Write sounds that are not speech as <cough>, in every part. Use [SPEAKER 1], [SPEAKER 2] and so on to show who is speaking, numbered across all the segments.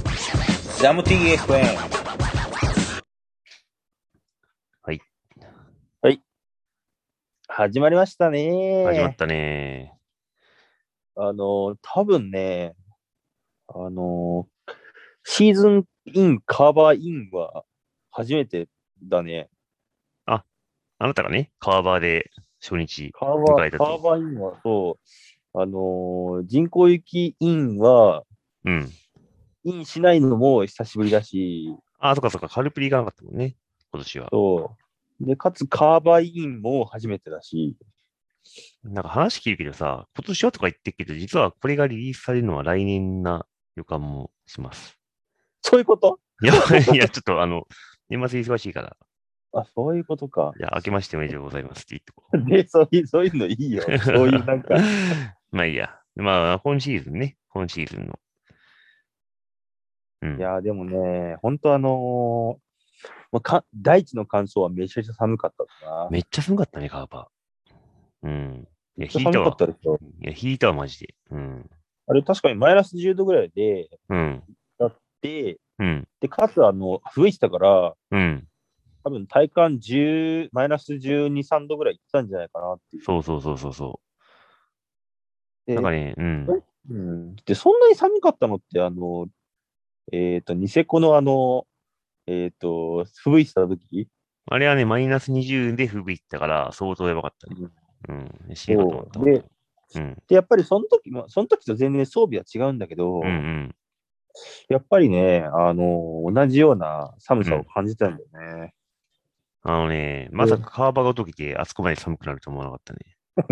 [SPEAKER 1] ジャム TFN。
[SPEAKER 2] はい。
[SPEAKER 1] はい。始まりましたね。
[SPEAKER 2] 始まったね。
[SPEAKER 1] あの、多分ね、あの、シーズンイン、カバーインは初めてだね。
[SPEAKER 2] あなたがね、カーバーで初日、
[SPEAKER 1] カー
[SPEAKER 2] 迎
[SPEAKER 1] バ
[SPEAKER 2] え
[SPEAKER 1] ー、
[SPEAKER 2] た
[SPEAKER 1] カ
[SPEAKER 2] と
[SPEAKER 1] ーバーインはそう、あの、人工雪インは、
[SPEAKER 2] うん。
[SPEAKER 1] インしないのも久しぶりだし、
[SPEAKER 2] あ、そっかそっか、カルプリがなかったもんね、今年は。
[SPEAKER 1] そう。で、かつカーバーインも初めてだし、
[SPEAKER 2] なんか話聞いるけどさ、今年はとか言ってるけど、実はこれがリリースされるのは来年な予感もします。
[SPEAKER 1] そういうこと
[SPEAKER 2] いや、い
[SPEAKER 1] <laughs>
[SPEAKER 2] や、ちょっとあの、年末忙しいから、
[SPEAKER 1] あ、そういうことか。
[SPEAKER 2] いや、明けましておめでとうございますって言ってこ
[SPEAKER 1] <laughs> で、そういう、そういうのいい
[SPEAKER 2] <laughs>
[SPEAKER 1] よ。そういうなんか、
[SPEAKER 2] う。まあいいや。まあ、今シーズンね、今シーズンの。うん
[SPEAKER 1] い。やー、でもね、本当あのーまあ、か大地の感想はめちゃくちゃ寒かったかな。
[SPEAKER 2] めっちゃ寒かったね、カーバー。うん。いや、
[SPEAKER 1] めっちゃ
[SPEAKER 2] 引
[SPEAKER 1] 寒
[SPEAKER 2] いた
[SPEAKER 1] か
[SPEAKER 2] わ
[SPEAKER 1] っ。たでしょ。
[SPEAKER 2] いや、引いたわ、マジで。うん。
[SPEAKER 1] あれ、確かにマイナス10度ぐらいで、
[SPEAKER 2] うん。
[SPEAKER 1] で、
[SPEAKER 2] うん。
[SPEAKER 1] で、かつ、あの、吹いてたから、
[SPEAKER 2] うん。
[SPEAKER 1] 多分体感10、マイナス12、3度ぐらいいったんじゃないかなっていう。
[SPEAKER 2] そうそうそうそうそ
[SPEAKER 1] で
[SPEAKER 2] う。なんかね、うん。
[SPEAKER 1] うん、で、そんなに寒かったのって、あの、えっ、と、ニセコのあの、えっ、と、吹いてた時
[SPEAKER 2] あれはね、マイナス20で吹雪ったから、相当やばかったね。うん。死ぬかと思っ
[SPEAKER 1] そ
[SPEAKER 2] た。
[SPEAKER 1] うで
[SPEAKER 2] うん。
[SPEAKER 1] で、やっぱりその時も、その時と全然装備は違うんだけど、
[SPEAKER 2] うんうん。
[SPEAKER 1] やっぱりね、あの同じような寒さを感じたんだよね。
[SPEAKER 2] あのね、まさか川場が解けて、あそこまで寒くなると思わなかった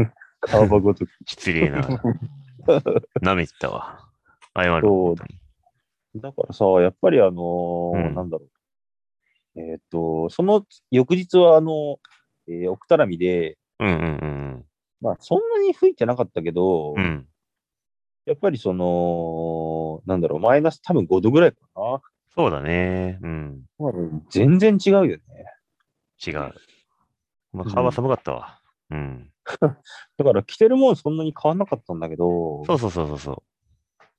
[SPEAKER 2] ね。
[SPEAKER 1] 川場ごとき。
[SPEAKER 2] 失礼な。 <laughs> 舐めてたわ。謝る。
[SPEAKER 1] そう <laughs> だからさ、やっぱりあのー
[SPEAKER 2] うん
[SPEAKER 1] なんだろう。えーっ、と、その翌日は、あの、えー奥多良見で、
[SPEAKER 2] うんうん
[SPEAKER 1] まあ、そんなに吹いてなかったけど、
[SPEAKER 2] うん。うん。
[SPEAKER 1] やっぱりその、なんだろう、マイナス多分5度ぐらいかな。
[SPEAKER 2] そうだね。うん。
[SPEAKER 1] 全然違うよね。
[SPEAKER 2] 違う。まあ、川場寒かったわ。うん。
[SPEAKER 1] だから着てるもんそんなに変わんなかったんだけど、
[SPEAKER 2] そうそうそうそうそう。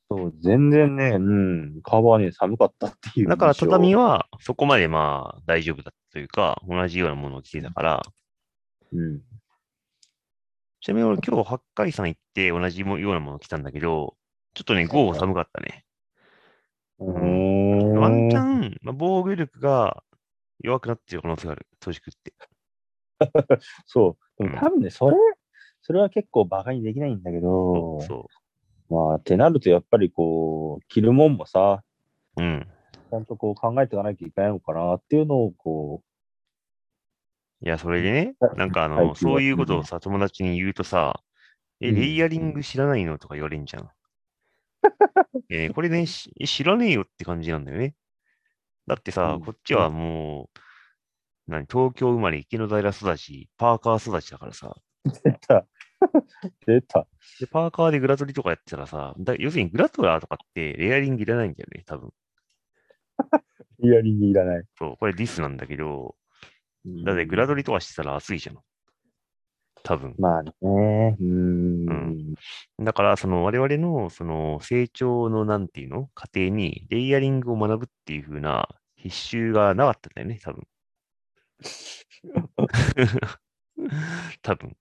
[SPEAKER 1] そう全然ね、うん、カバーね、寒かったっていう印象。
[SPEAKER 2] だから畳はそこまでまあ大丈夫だったというか、同じようなものを着てたから、
[SPEAKER 1] うん。
[SPEAKER 2] ちなみに俺今日八海山行って同じもようなものを着たんだけど、ちょっとね、午後寒かったね。
[SPEAKER 1] うーん
[SPEAKER 2] ワンチャン、まあ、防御力が弱くなってる可能性がある、年食って。
[SPEAKER 1] そう。
[SPEAKER 2] うん
[SPEAKER 1] でも多分ね、それ、それは結構バカにできないんだけど、
[SPEAKER 2] そ
[SPEAKER 1] まあ、ってなると、やっぱりこう、着るもんもさ、
[SPEAKER 2] う。うん。
[SPEAKER 1] ちゃんとこう考えていかなきゃいけないのかなっていうのを、こ
[SPEAKER 2] いや、それでね
[SPEAKER 1] は、
[SPEAKER 2] なんかあ
[SPEAKER 1] はい
[SPEAKER 2] の、
[SPEAKER 1] はい
[SPEAKER 2] そういうことをさ、友達に言うとさ、え、
[SPEAKER 1] うん
[SPEAKER 2] レイヤリング知らないのとか言われん
[SPEAKER 1] <laughs>
[SPEAKER 2] じゃん。えーこれね、し知らねえよって感じなんだよね。だってさ
[SPEAKER 1] う、ん
[SPEAKER 2] こっちはもう、何、東京生まれ、池の平育ち、パーカー育ちだからさ、
[SPEAKER 1] う、 <laughs> 出た、出た。
[SPEAKER 2] でパーカーでグラトリとかやってたらさ、だ要するにグラトラーとかってレイヤリングいらないんだよね、多分。
[SPEAKER 1] イヤリングいらない。
[SPEAKER 2] そう、これディスなんだけど、だ
[SPEAKER 1] だ
[SPEAKER 2] ってグラトリとかしてたら暑いじゃん。多分。
[SPEAKER 1] まあね、うーん。
[SPEAKER 2] うんだから、その我々のその成長のなんていうの過程に、レイヤリングを学ぶっていう風な必修がなかったんだよね、多分。 <laughs> 多分。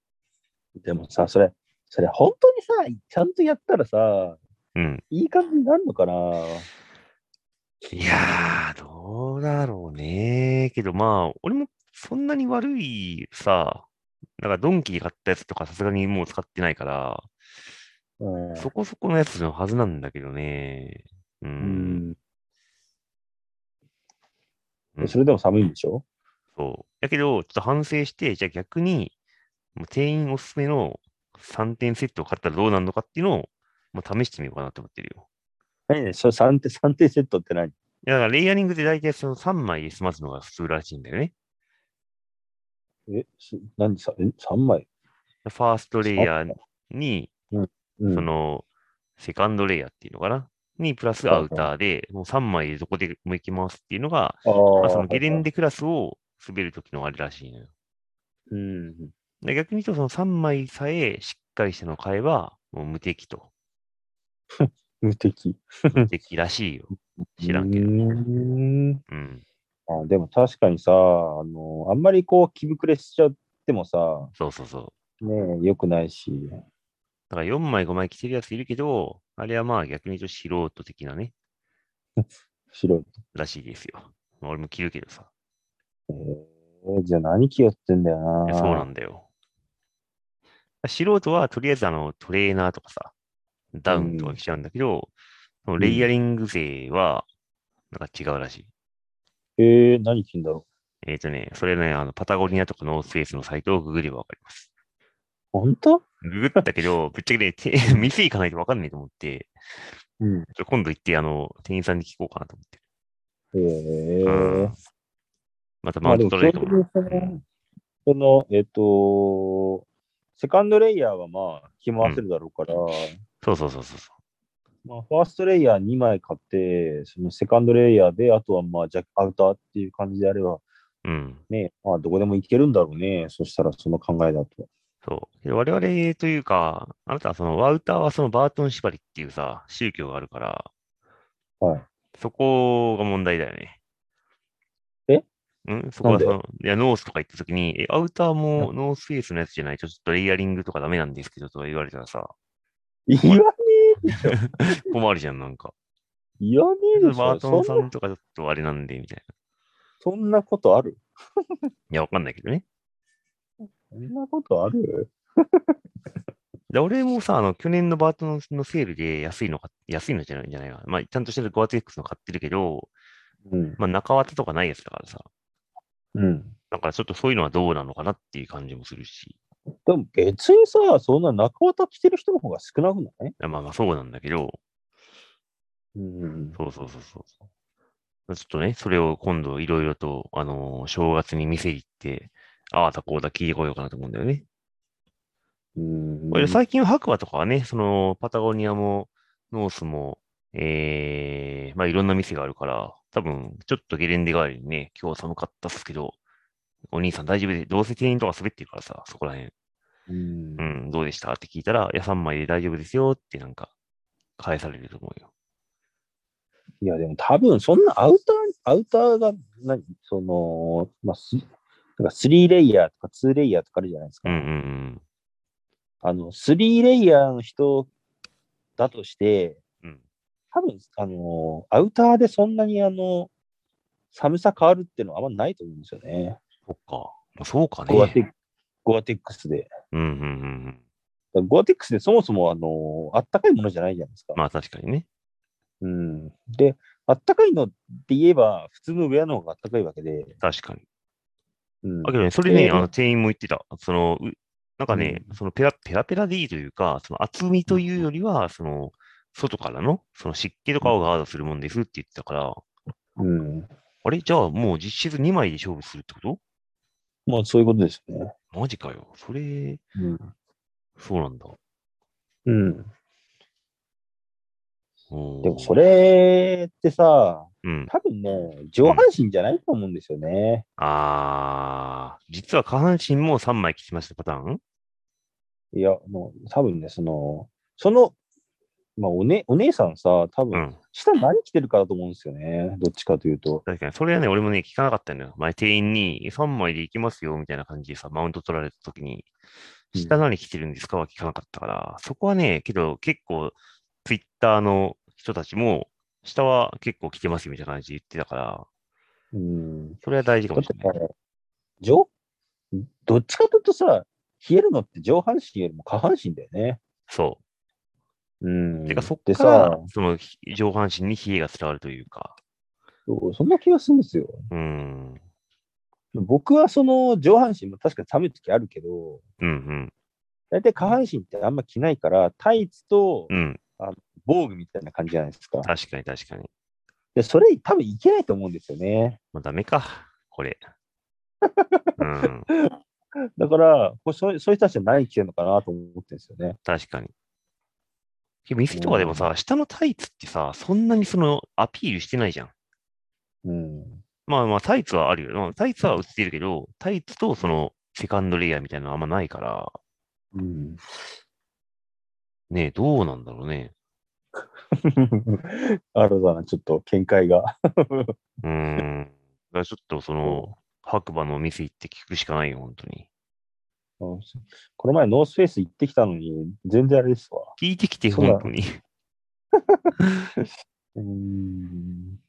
[SPEAKER 1] でもさ、それ、それ本当にさ、ちゃんとやったらさ、
[SPEAKER 2] うん。
[SPEAKER 1] いい感じになるのかな。
[SPEAKER 2] いやー、どうだろうね。けどまあ、俺もそんなに悪いさ、なんかドンキで買ったやつとかさすがにもう使ってないから、
[SPEAKER 1] うん。
[SPEAKER 2] そこそこのやつのはずなんだけどね。う。
[SPEAKER 1] うんん
[SPEAKER 2] うん
[SPEAKER 1] それでも寒いんでしょ
[SPEAKER 2] そう。だけど、ちょっと反省して、じゃあ逆に、もう店員おすすめの3点セットを買ったらどうなるのかっていうのを、もう試してみようかなと思ってるよ。
[SPEAKER 1] 何ね、それ3点、三点セットって何
[SPEAKER 2] いや、だからレイヤリングで大体その3枚で済ますのが普通らしいんだよね。
[SPEAKER 1] え、す何さ、え、3枚
[SPEAKER 2] ファーストレイヤーに、
[SPEAKER 1] う
[SPEAKER 2] その、セカンドレイヤーっていうのかなに、プラスアウターで、もう3枚でどこでも行きますっていうのが、
[SPEAKER 1] あ
[SPEAKER 2] まあ、
[SPEAKER 1] ー
[SPEAKER 2] そのゲレンデクラスを滑るときのあれらしいのよ。
[SPEAKER 1] うん。
[SPEAKER 2] で逆に言うと、その3枚さえしっかりしたのを買えば、もう無敵と。
[SPEAKER 1] 無敵。
[SPEAKER 2] 無敵らしいよ。知らんけど。
[SPEAKER 1] うん
[SPEAKER 2] うん。
[SPEAKER 1] あでも確かにさ、あの、あんまりこう、気膨れしちゃってもさ、
[SPEAKER 2] そうそうそう。
[SPEAKER 1] ねえ、良くないし。
[SPEAKER 2] だから4枚5枚着てるやついるけど、あれはまあ逆に言うと素人的なね、
[SPEAKER 1] 白い。
[SPEAKER 2] らしいですよ。まあ俺も着るけどさ。
[SPEAKER 1] えーじゃあ何気負ってんだよ
[SPEAKER 2] い
[SPEAKER 1] な。
[SPEAKER 2] やそうなんだよ。素人はとりあえずあのトレーナーとかさ、ダウンとか着ちゃうんだけど、そのレイヤリング勢はなんか違うらしい。
[SPEAKER 1] えー、何着んだろ
[SPEAKER 2] えっ、とね、それね、あのパタゴニアとかノースフェイスのサイトをググればわかります。
[SPEAKER 1] う。本当
[SPEAKER 2] ググったけど、ぶっちゃけね、て <laughs> 店行かないとわかんないと思って、
[SPEAKER 1] うん。
[SPEAKER 2] ちょ今度行って、あの、店員さんに聞こうかなと思って
[SPEAKER 1] ええ
[SPEAKER 2] る。うんまた
[SPEAKER 1] ま
[SPEAKER 2] マウ
[SPEAKER 1] あ
[SPEAKER 2] ン
[SPEAKER 1] で
[SPEAKER 2] ト
[SPEAKER 1] も
[SPEAKER 2] 取れ
[SPEAKER 1] 基
[SPEAKER 2] ると
[SPEAKER 1] 本
[SPEAKER 2] 思
[SPEAKER 1] 的
[SPEAKER 2] う
[SPEAKER 1] にその、そのえっ、と、セカンドレイヤーはまあ、着回せるだろうから、
[SPEAKER 2] そうそうそうそうそう。
[SPEAKER 1] まあ、ファーストレイヤー2枚買って、そのセカンドレイヤーで、あとはまあ、ジャアウターっていう感じであれば、
[SPEAKER 2] うん。
[SPEAKER 1] ね、まあ、どこでもいけるんだろうね。そしたら、その考えだと。
[SPEAKER 2] そう。で我々というか、あなたはそのワウターはそのバートン縛りっていうさ、宗教があるから、
[SPEAKER 1] はい。
[SPEAKER 2] そこが問題だよね。
[SPEAKER 1] え
[SPEAKER 2] うんそこはそ
[SPEAKER 1] な
[SPEAKER 2] の、いや、ノースとか行った時に、え、アウターもノースフェイスのやつじゃないと、ちょっとレイヤリングとかダメなんですけど、とか言われたらさ、
[SPEAKER 1] 言わね
[SPEAKER 2] 困るじゃん、なんか。
[SPEAKER 1] え、言わねえでし
[SPEAKER 2] バー
[SPEAKER 1] ょ。
[SPEAKER 2] ト
[SPEAKER 1] そ
[SPEAKER 2] ンさ
[SPEAKER 1] んなん
[SPEAKER 2] とかちょっとあれなんで、みたいな。
[SPEAKER 1] そんなことある
[SPEAKER 2] いや、わかんないけどね。
[SPEAKER 1] そんなことある
[SPEAKER 2] で、俺もさ、あの、去年のバートンのセールで安いのか、安いのじゃないんじゃないかな。まあ、ちゃんとしてるゴアテックスの買ってるけど、
[SPEAKER 1] うん。
[SPEAKER 2] まあ、中綿とかないやつだからさ。
[SPEAKER 1] うん。
[SPEAKER 2] だからちょっとそういうのはどうなのかなっていう感じもするし。
[SPEAKER 1] でも別にさ、そんな中綿着てる人の方が少なくない
[SPEAKER 2] まあまあそうなんだけど、
[SPEAKER 1] うん。
[SPEAKER 2] そうそうそうそうそう。ちょっとね、それを今度いろいろと、あのー正月に店行って、ああだこうだ聞いてこようかなと思うんだよね。
[SPEAKER 1] うん
[SPEAKER 2] 俺最近は白馬とかはね、そのパタゴニアもノースも、ええまあいろんな店があるから、多分ちょっとゲレンデ帰りにね、今日寒かったっすけど、お兄さん大丈夫で、どうせ店員とか滑ってるからさ、そこら辺。
[SPEAKER 1] うん
[SPEAKER 2] う。ん、どうでしたって聞いたら、いや、3枚で大丈夫ですよってなんか、返されると思うよ。
[SPEAKER 1] いや、でも多分、そんなアウター、アウターが何、その、まあ、すなんか3レイヤーとか2レイヤーとかあるじゃないですか。
[SPEAKER 2] うんうん
[SPEAKER 1] あの、3レイヤーの人だとして、
[SPEAKER 2] うん。うん、
[SPEAKER 1] 多分、あの、アウターでそんなにあの、寒さ変わるっていうのはあんまないと思うんですよね。
[SPEAKER 2] そっか。まあ、そうかね。
[SPEAKER 1] ゴアテックゴアテックスで。だか
[SPEAKER 2] うんうんうんうん。
[SPEAKER 1] らゴアテックスでそもそもあの、あったかいものじゃないじゃないですか。
[SPEAKER 2] まあ確かにね。
[SPEAKER 1] うん。で、あったかいのって言えば、普通のウェアの方があったかいわけで。
[SPEAKER 2] 確かに。
[SPEAKER 1] うん
[SPEAKER 2] あ、けどね、それね、
[SPEAKER 1] えー
[SPEAKER 2] あの、店員も言ってた。その、うなんかね、そのペラ、ペラペラでいいというか、その厚みというよりは、その、外からの、その湿気とかをガードするもんですって言ってたから、
[SPEAKER 1] うん。
[SPEAKER 2] あれじゃあもう実質2枚で勝負するってこ
[SPEAKER 1] まあ、そういうことですね。
[SPEAKER 2] とマジかよ。それ、
[SPEAKER 1] うん。
[SPEAKER 2] そうなんだ。
[SPEAKER 1] うん。で
[SPEAKER 2] で
[SPEAKER 1] も、そ、れってさ、
[SPEAKER 2] うん。
[SPEAKER 1] 多分ね、上半身じゃないと思うんですよね。
[SPEAKER 2] あー、実は下半身も3枚聞きましたパターン
[SPEAKER 1] いや、もう、多分ね、その、その、まあ、おね、お姉さんさ、多
[SPEAKER 2] う
[SPEAKER 1] 分、
[SPEAKER 2] ん。
[SPEAKER 1] 下何着てるかだと思うんですよね。どっちかというと。
[SPEAKER 2] 確かに。それはね、俺もね、聞かなかったんだよ。前、店員に3枚で行きますよ、みたいな感じでさ、マウント取られた時に、
[SPEAKER 1] うん
[SPEAKER 2] 下何着てるんですかは聞かなかったから、そこはね、けど結構、ツイッターの人たちも、下は結構着てますよ、みたいな感じで言ってたから、
[SPEAKER 1] うん。
[SPEAKER 2] それは大事
[SPEAKER 1] だ
[SPEAKER 2] か
[SPEAKER 1] っ
[SPEAKER 2] も
[SPEAKER 1] て
[SPEAKER 2] しれない。
[SPEAKER 1] さ、上、どっちかというとさ、冷えるのって上半身よりも下半身だよね。
[SPEAKER 2] そ
[SPEAKER 1] うん
[SPEAKER 2] う。てか、そっ
[SPEAKER 1] で
[SPEAKER 2] から
[SPEAKER 1] さ、
[SPEAKER 2] その、ひ上半身に冷えが伝わるというか、
[SPEAKER 1] そうそんな気がするんですよ。
[SPEAKER 2] うん、
[SPEAKER 1] 僕はその上半身も確かに寒い時あるけど、
[SPEAKER 2] うん、うん、
[SPEAKER 1] 大体下半身ってあんま着ないから、タイツと
[SPEAKER 2] うん、
[SPEAKER 1] 防具みたいな感じじゃないですか。
[SPEAKER 2] 確かに確かに。
[SPEAKER 1] で、それ多分いけないと思うんですよね。
[SPEAKER 2] もうダメか、これ。うん、
[SPEAKER 1] だから、こうそうそういう人たちは何着てるのかなと思ってるんですよね。
[SPEAKER 2] 確かに。けど店とかでもさ、下のタイツってさ、そんなにそのアピールしてないじゃん。
[SPEAKER 1] うん。
[SPEAKER 2] まあまあ、タイツはあるよ。まあタイツは売ってるけど、タイツとそのセカンドレイヤーみたいなのあんまないから、
[SPEAKER 1] うん、 <laughs>
[SPEAKER 2] ねえどうなんだろうね。
[SPEAKER 1] 新たなちょっと見解が。
[SPEAKER 2] うーん。だからちょっとその、白馬のお店行って聞くしかないよ、本当に。
[SPEAKER 1] うんこの前ノースフェイス行ってきたのに、全然あれですわ。
[SPEAKER 2] 聞いてきて、
[SPEAKER 1] そうだ
[SPEAKER 2] 本当に。
[SPEAKER 1] うーん。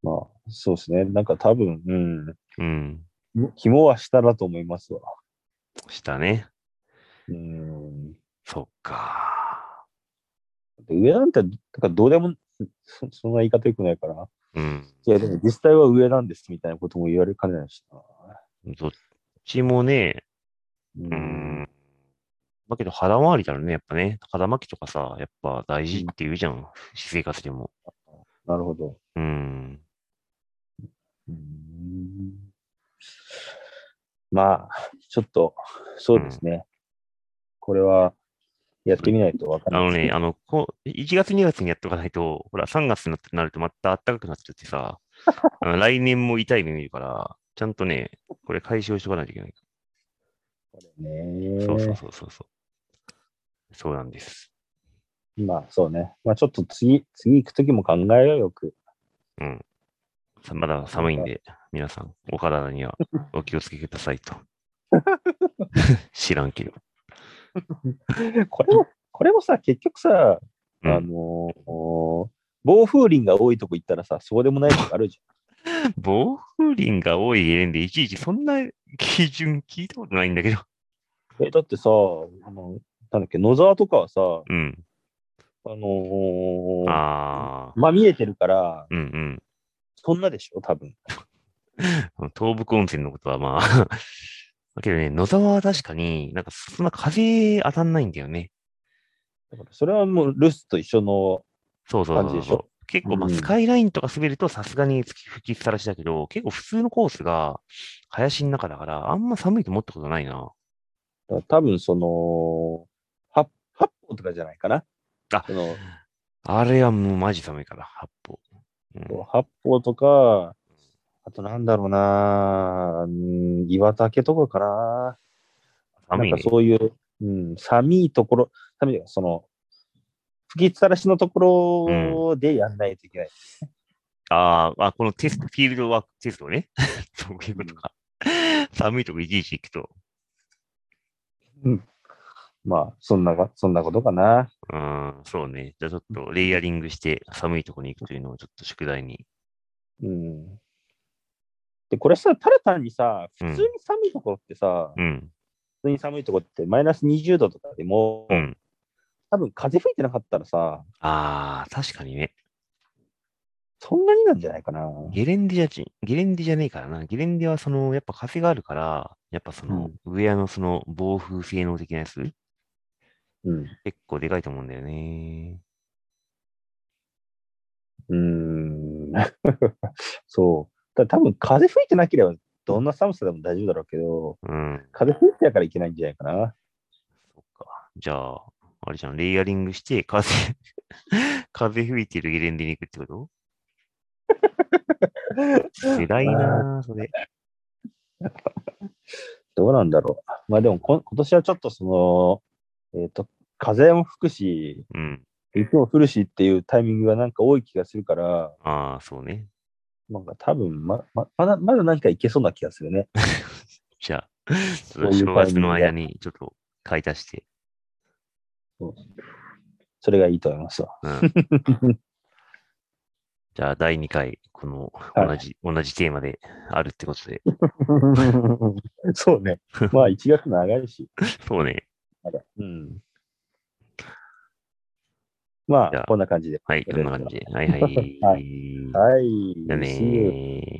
[SPEAKER 1] まあ、そうですね。なんか多分、うん。
[SPEAKER 2] うん。
[SPEAKER 1] 紐は下だと思いますわ。
[SPEAKER 2] したね。
[SPEAKER 1] うん。
[SPEAKER 2] そっか。
[SPEAKER 1] 上なんて、だからどうでも、そそんな言い方よくないから。
[SPEAKER 2] うん。
[SPEAKER 1] いや、でも実際は上なんですみたいなことも言われかねないしな。
[SPEAKER 2] どっちもね、
[SPEAKER 1] う
[SPEAKER 2] うー。ん。だけど腹回りだろうね、やっぱね。腹巻きとかさ、やっぱ大事って言うじゃん。私生活でも。
[SPEAKER 1] なるほど。
[SPEAKER 2] うん。
[SPEAKER 1] うーんまあ、ちょっと、そうですね。これは、やってみないとわか
[SPEAKER 2] あ
[SPEAKER 1] らない。
[SPEAKER 2] のね、あの、こう、1月2月にやっとかないと、ほら、3月になってなるとまた暖かくなっちゃってさ、あの来年も痛い目見るから、ちゃんとね、これ解消しとかないといけない。
[SPEAKER 1] ね。
[SPEAKER 2] そうそうそうそうそう。そうなんです。
[SPEAKER 1] まあ、そうね。まあ、ちょっと次、次行くときも考えようよく。
[SPEAKER 2] うん。さまだ寒いんで、皆さん、お体にはお気をつけくださいと。知らんけど。
[SPEAKER 1] これも、これもさ、結局さ、
[SPEAKER 2] うん
[SPEAKER 1] あのー暴風林が多いとこ行ったらさ、そうでもないとこあるじ
[SPEAKER 2] 暴風林が多い園で、いちいちそんな基準聞いたことないんだけど。 <laughs>
[SPEAKER 1] ゃん。え、だってさ、あの、なんだっけ、野沢とかはさ、
[SPEAKER 2] うん。
[SPEAKER 1] あのー
[SPEAKER 2] ああ。
[SPEAKER 1] まあ見えてるから、
[SPEAKER 2] うん
[SPEAKER 1] そんなでしょ、多分。
[SPEAKER 2] うん。東北温泉のことはまあ。 <laughs> だけどね、野沢は確かに、なんかそんな風当たんないんだよね。
[SPEAKER 1] だからそれはもう留守と一緒の
[SPEAKER 2] そうそうそう
[SPEAKER 1] 感じ
[SPEAKER 2] そう
[SPEAKER 1] でしょ
[SPEAKER 2] 結構、まあ、
[SPEAKER 1] うん
[SPEAKER 2] スカイラインとか滑るとさすがに吹き吹きっさらしだけど、結構普通のコースが林の中だから、あんま寒いと思ったことないな。
[SPEAKER 1] だから多分その、八八方とかじゃないかな。
[SPEAKER 2] あ
[SPEAKER 1] その
[SPEAKER 2] あれはもうマジ寒いから、八方。うん
[SPEAKER 1] 八方とか、あとなんだろうな、うん岩竹とかかな。
[SPEAKER 2] 寒い
[SPEAKER 1] なん
[SPEAKER 2] ね
[SPEAKER 1] か。そういう、うん、寒いところ、寒いというかその、吹きっさらしのところでやんないといけない。
[SPEAKER 2] あーあ、このテスト、フィールドワークテスト <laughs> ね。そういうことか。寒いとこいちいち行くと。
[SPEAKER 1] まあ、そんなが、そんなことかな。
[SPEAKER 2] うーん、そうね。じゃあちょっとレイヤリングして寒いとこに行くというのをちょっと宿題に。
[SPEAKER 1] うん。で、これさ、ただ単にさ、
[SPEAKER 2] うん
[SPEAKER 1] 普通に寒いところってさ、
[SPEAKER 2] うん、
[SPEAKER 1] 普通に寒いところってマイナス20度とかでも、
[SPEAKER 2] うん。
[SPEAKER 1] 多分風吹いてなかったらさ、
[SPEAKER 2] ああ、確かにね。
[SPEAKER 1] そんなになんじゃないかな。
[SPEAKER 2] ゲレンデじゃち、ゲレンデじゃねえからな。ゲレンデはその、やっぱ風があるから、やっぱその、ウェアのその防風性能的なやつ、
[SPEAKER 1] うん。
[SPEAKER 2] 結構でかいと思うんだよね。
[SPEAKER 1] うーん。 <laughs> そう。ただ多分風吹いてなければ、どんな寒さでも大丈夫だろうけど、
[SPEAKER 2] うん。
[SPEAKER 1] 風吹いてやからいけないんじゃないかな。
[SPEAKER 2] そっか。じゃあ、あれじゃん、レイヤリングして、風、 <laughs> 風吹いてるゲレンデに行くってこと辛いなぁ、それ。
[SPEAKER 1] どうなんだろう。まあでもこ、今年はちょっとその、えっ、と、風も吹くし、
[SPEAKER 2] うん。
[SPEAKER 1] 雪も降るしっていうタイミングがなんか多い気がするから、
[SPEAKER 2] ああ、そうね。
[SPEAKER 1] なんか多分ま、ま、まだ、まだ何かいけそうな気がするね。
[SPEAKER 2] じゃあ、ち
[SPEAKER 1] うい
[SPEAKER 2] ょっ
[SPEAKER 1] う
[SPEAKER 2] と正月の
[SPEAKER 1] タイミングで
[SPEAKER 2] 間にちょっと買い足して。
[SPEAKER 1] それがいいと思い
[SPEAKER 2] <laughs>
[SPEAKER 1] ますわ。
[SPEAKER 2] うん。じゃあ、第2回、この、
[SPEAKER 1] はい
[SPEAKER 2] 同じ、同じテーマであるってことで。
[SPEAKER 1] そうね。まあ1月長いし。
[SPEAKER 2] そうね。
[SPEAKER 1] まだうん。ま
[SPEAKER 2] じゃあ
[SPEAKER 1] あ、こんな感じで。
[SPEAKER 2] はい、こんな感じで。はいはい。
[SPEAKER 1] は
[SPEAKER 2] じ
[SPEAKER 1] はい。
[SPEAKER 2] ゃあね
[SPEAKER 1] See you.
[SPEAKER 2] ー。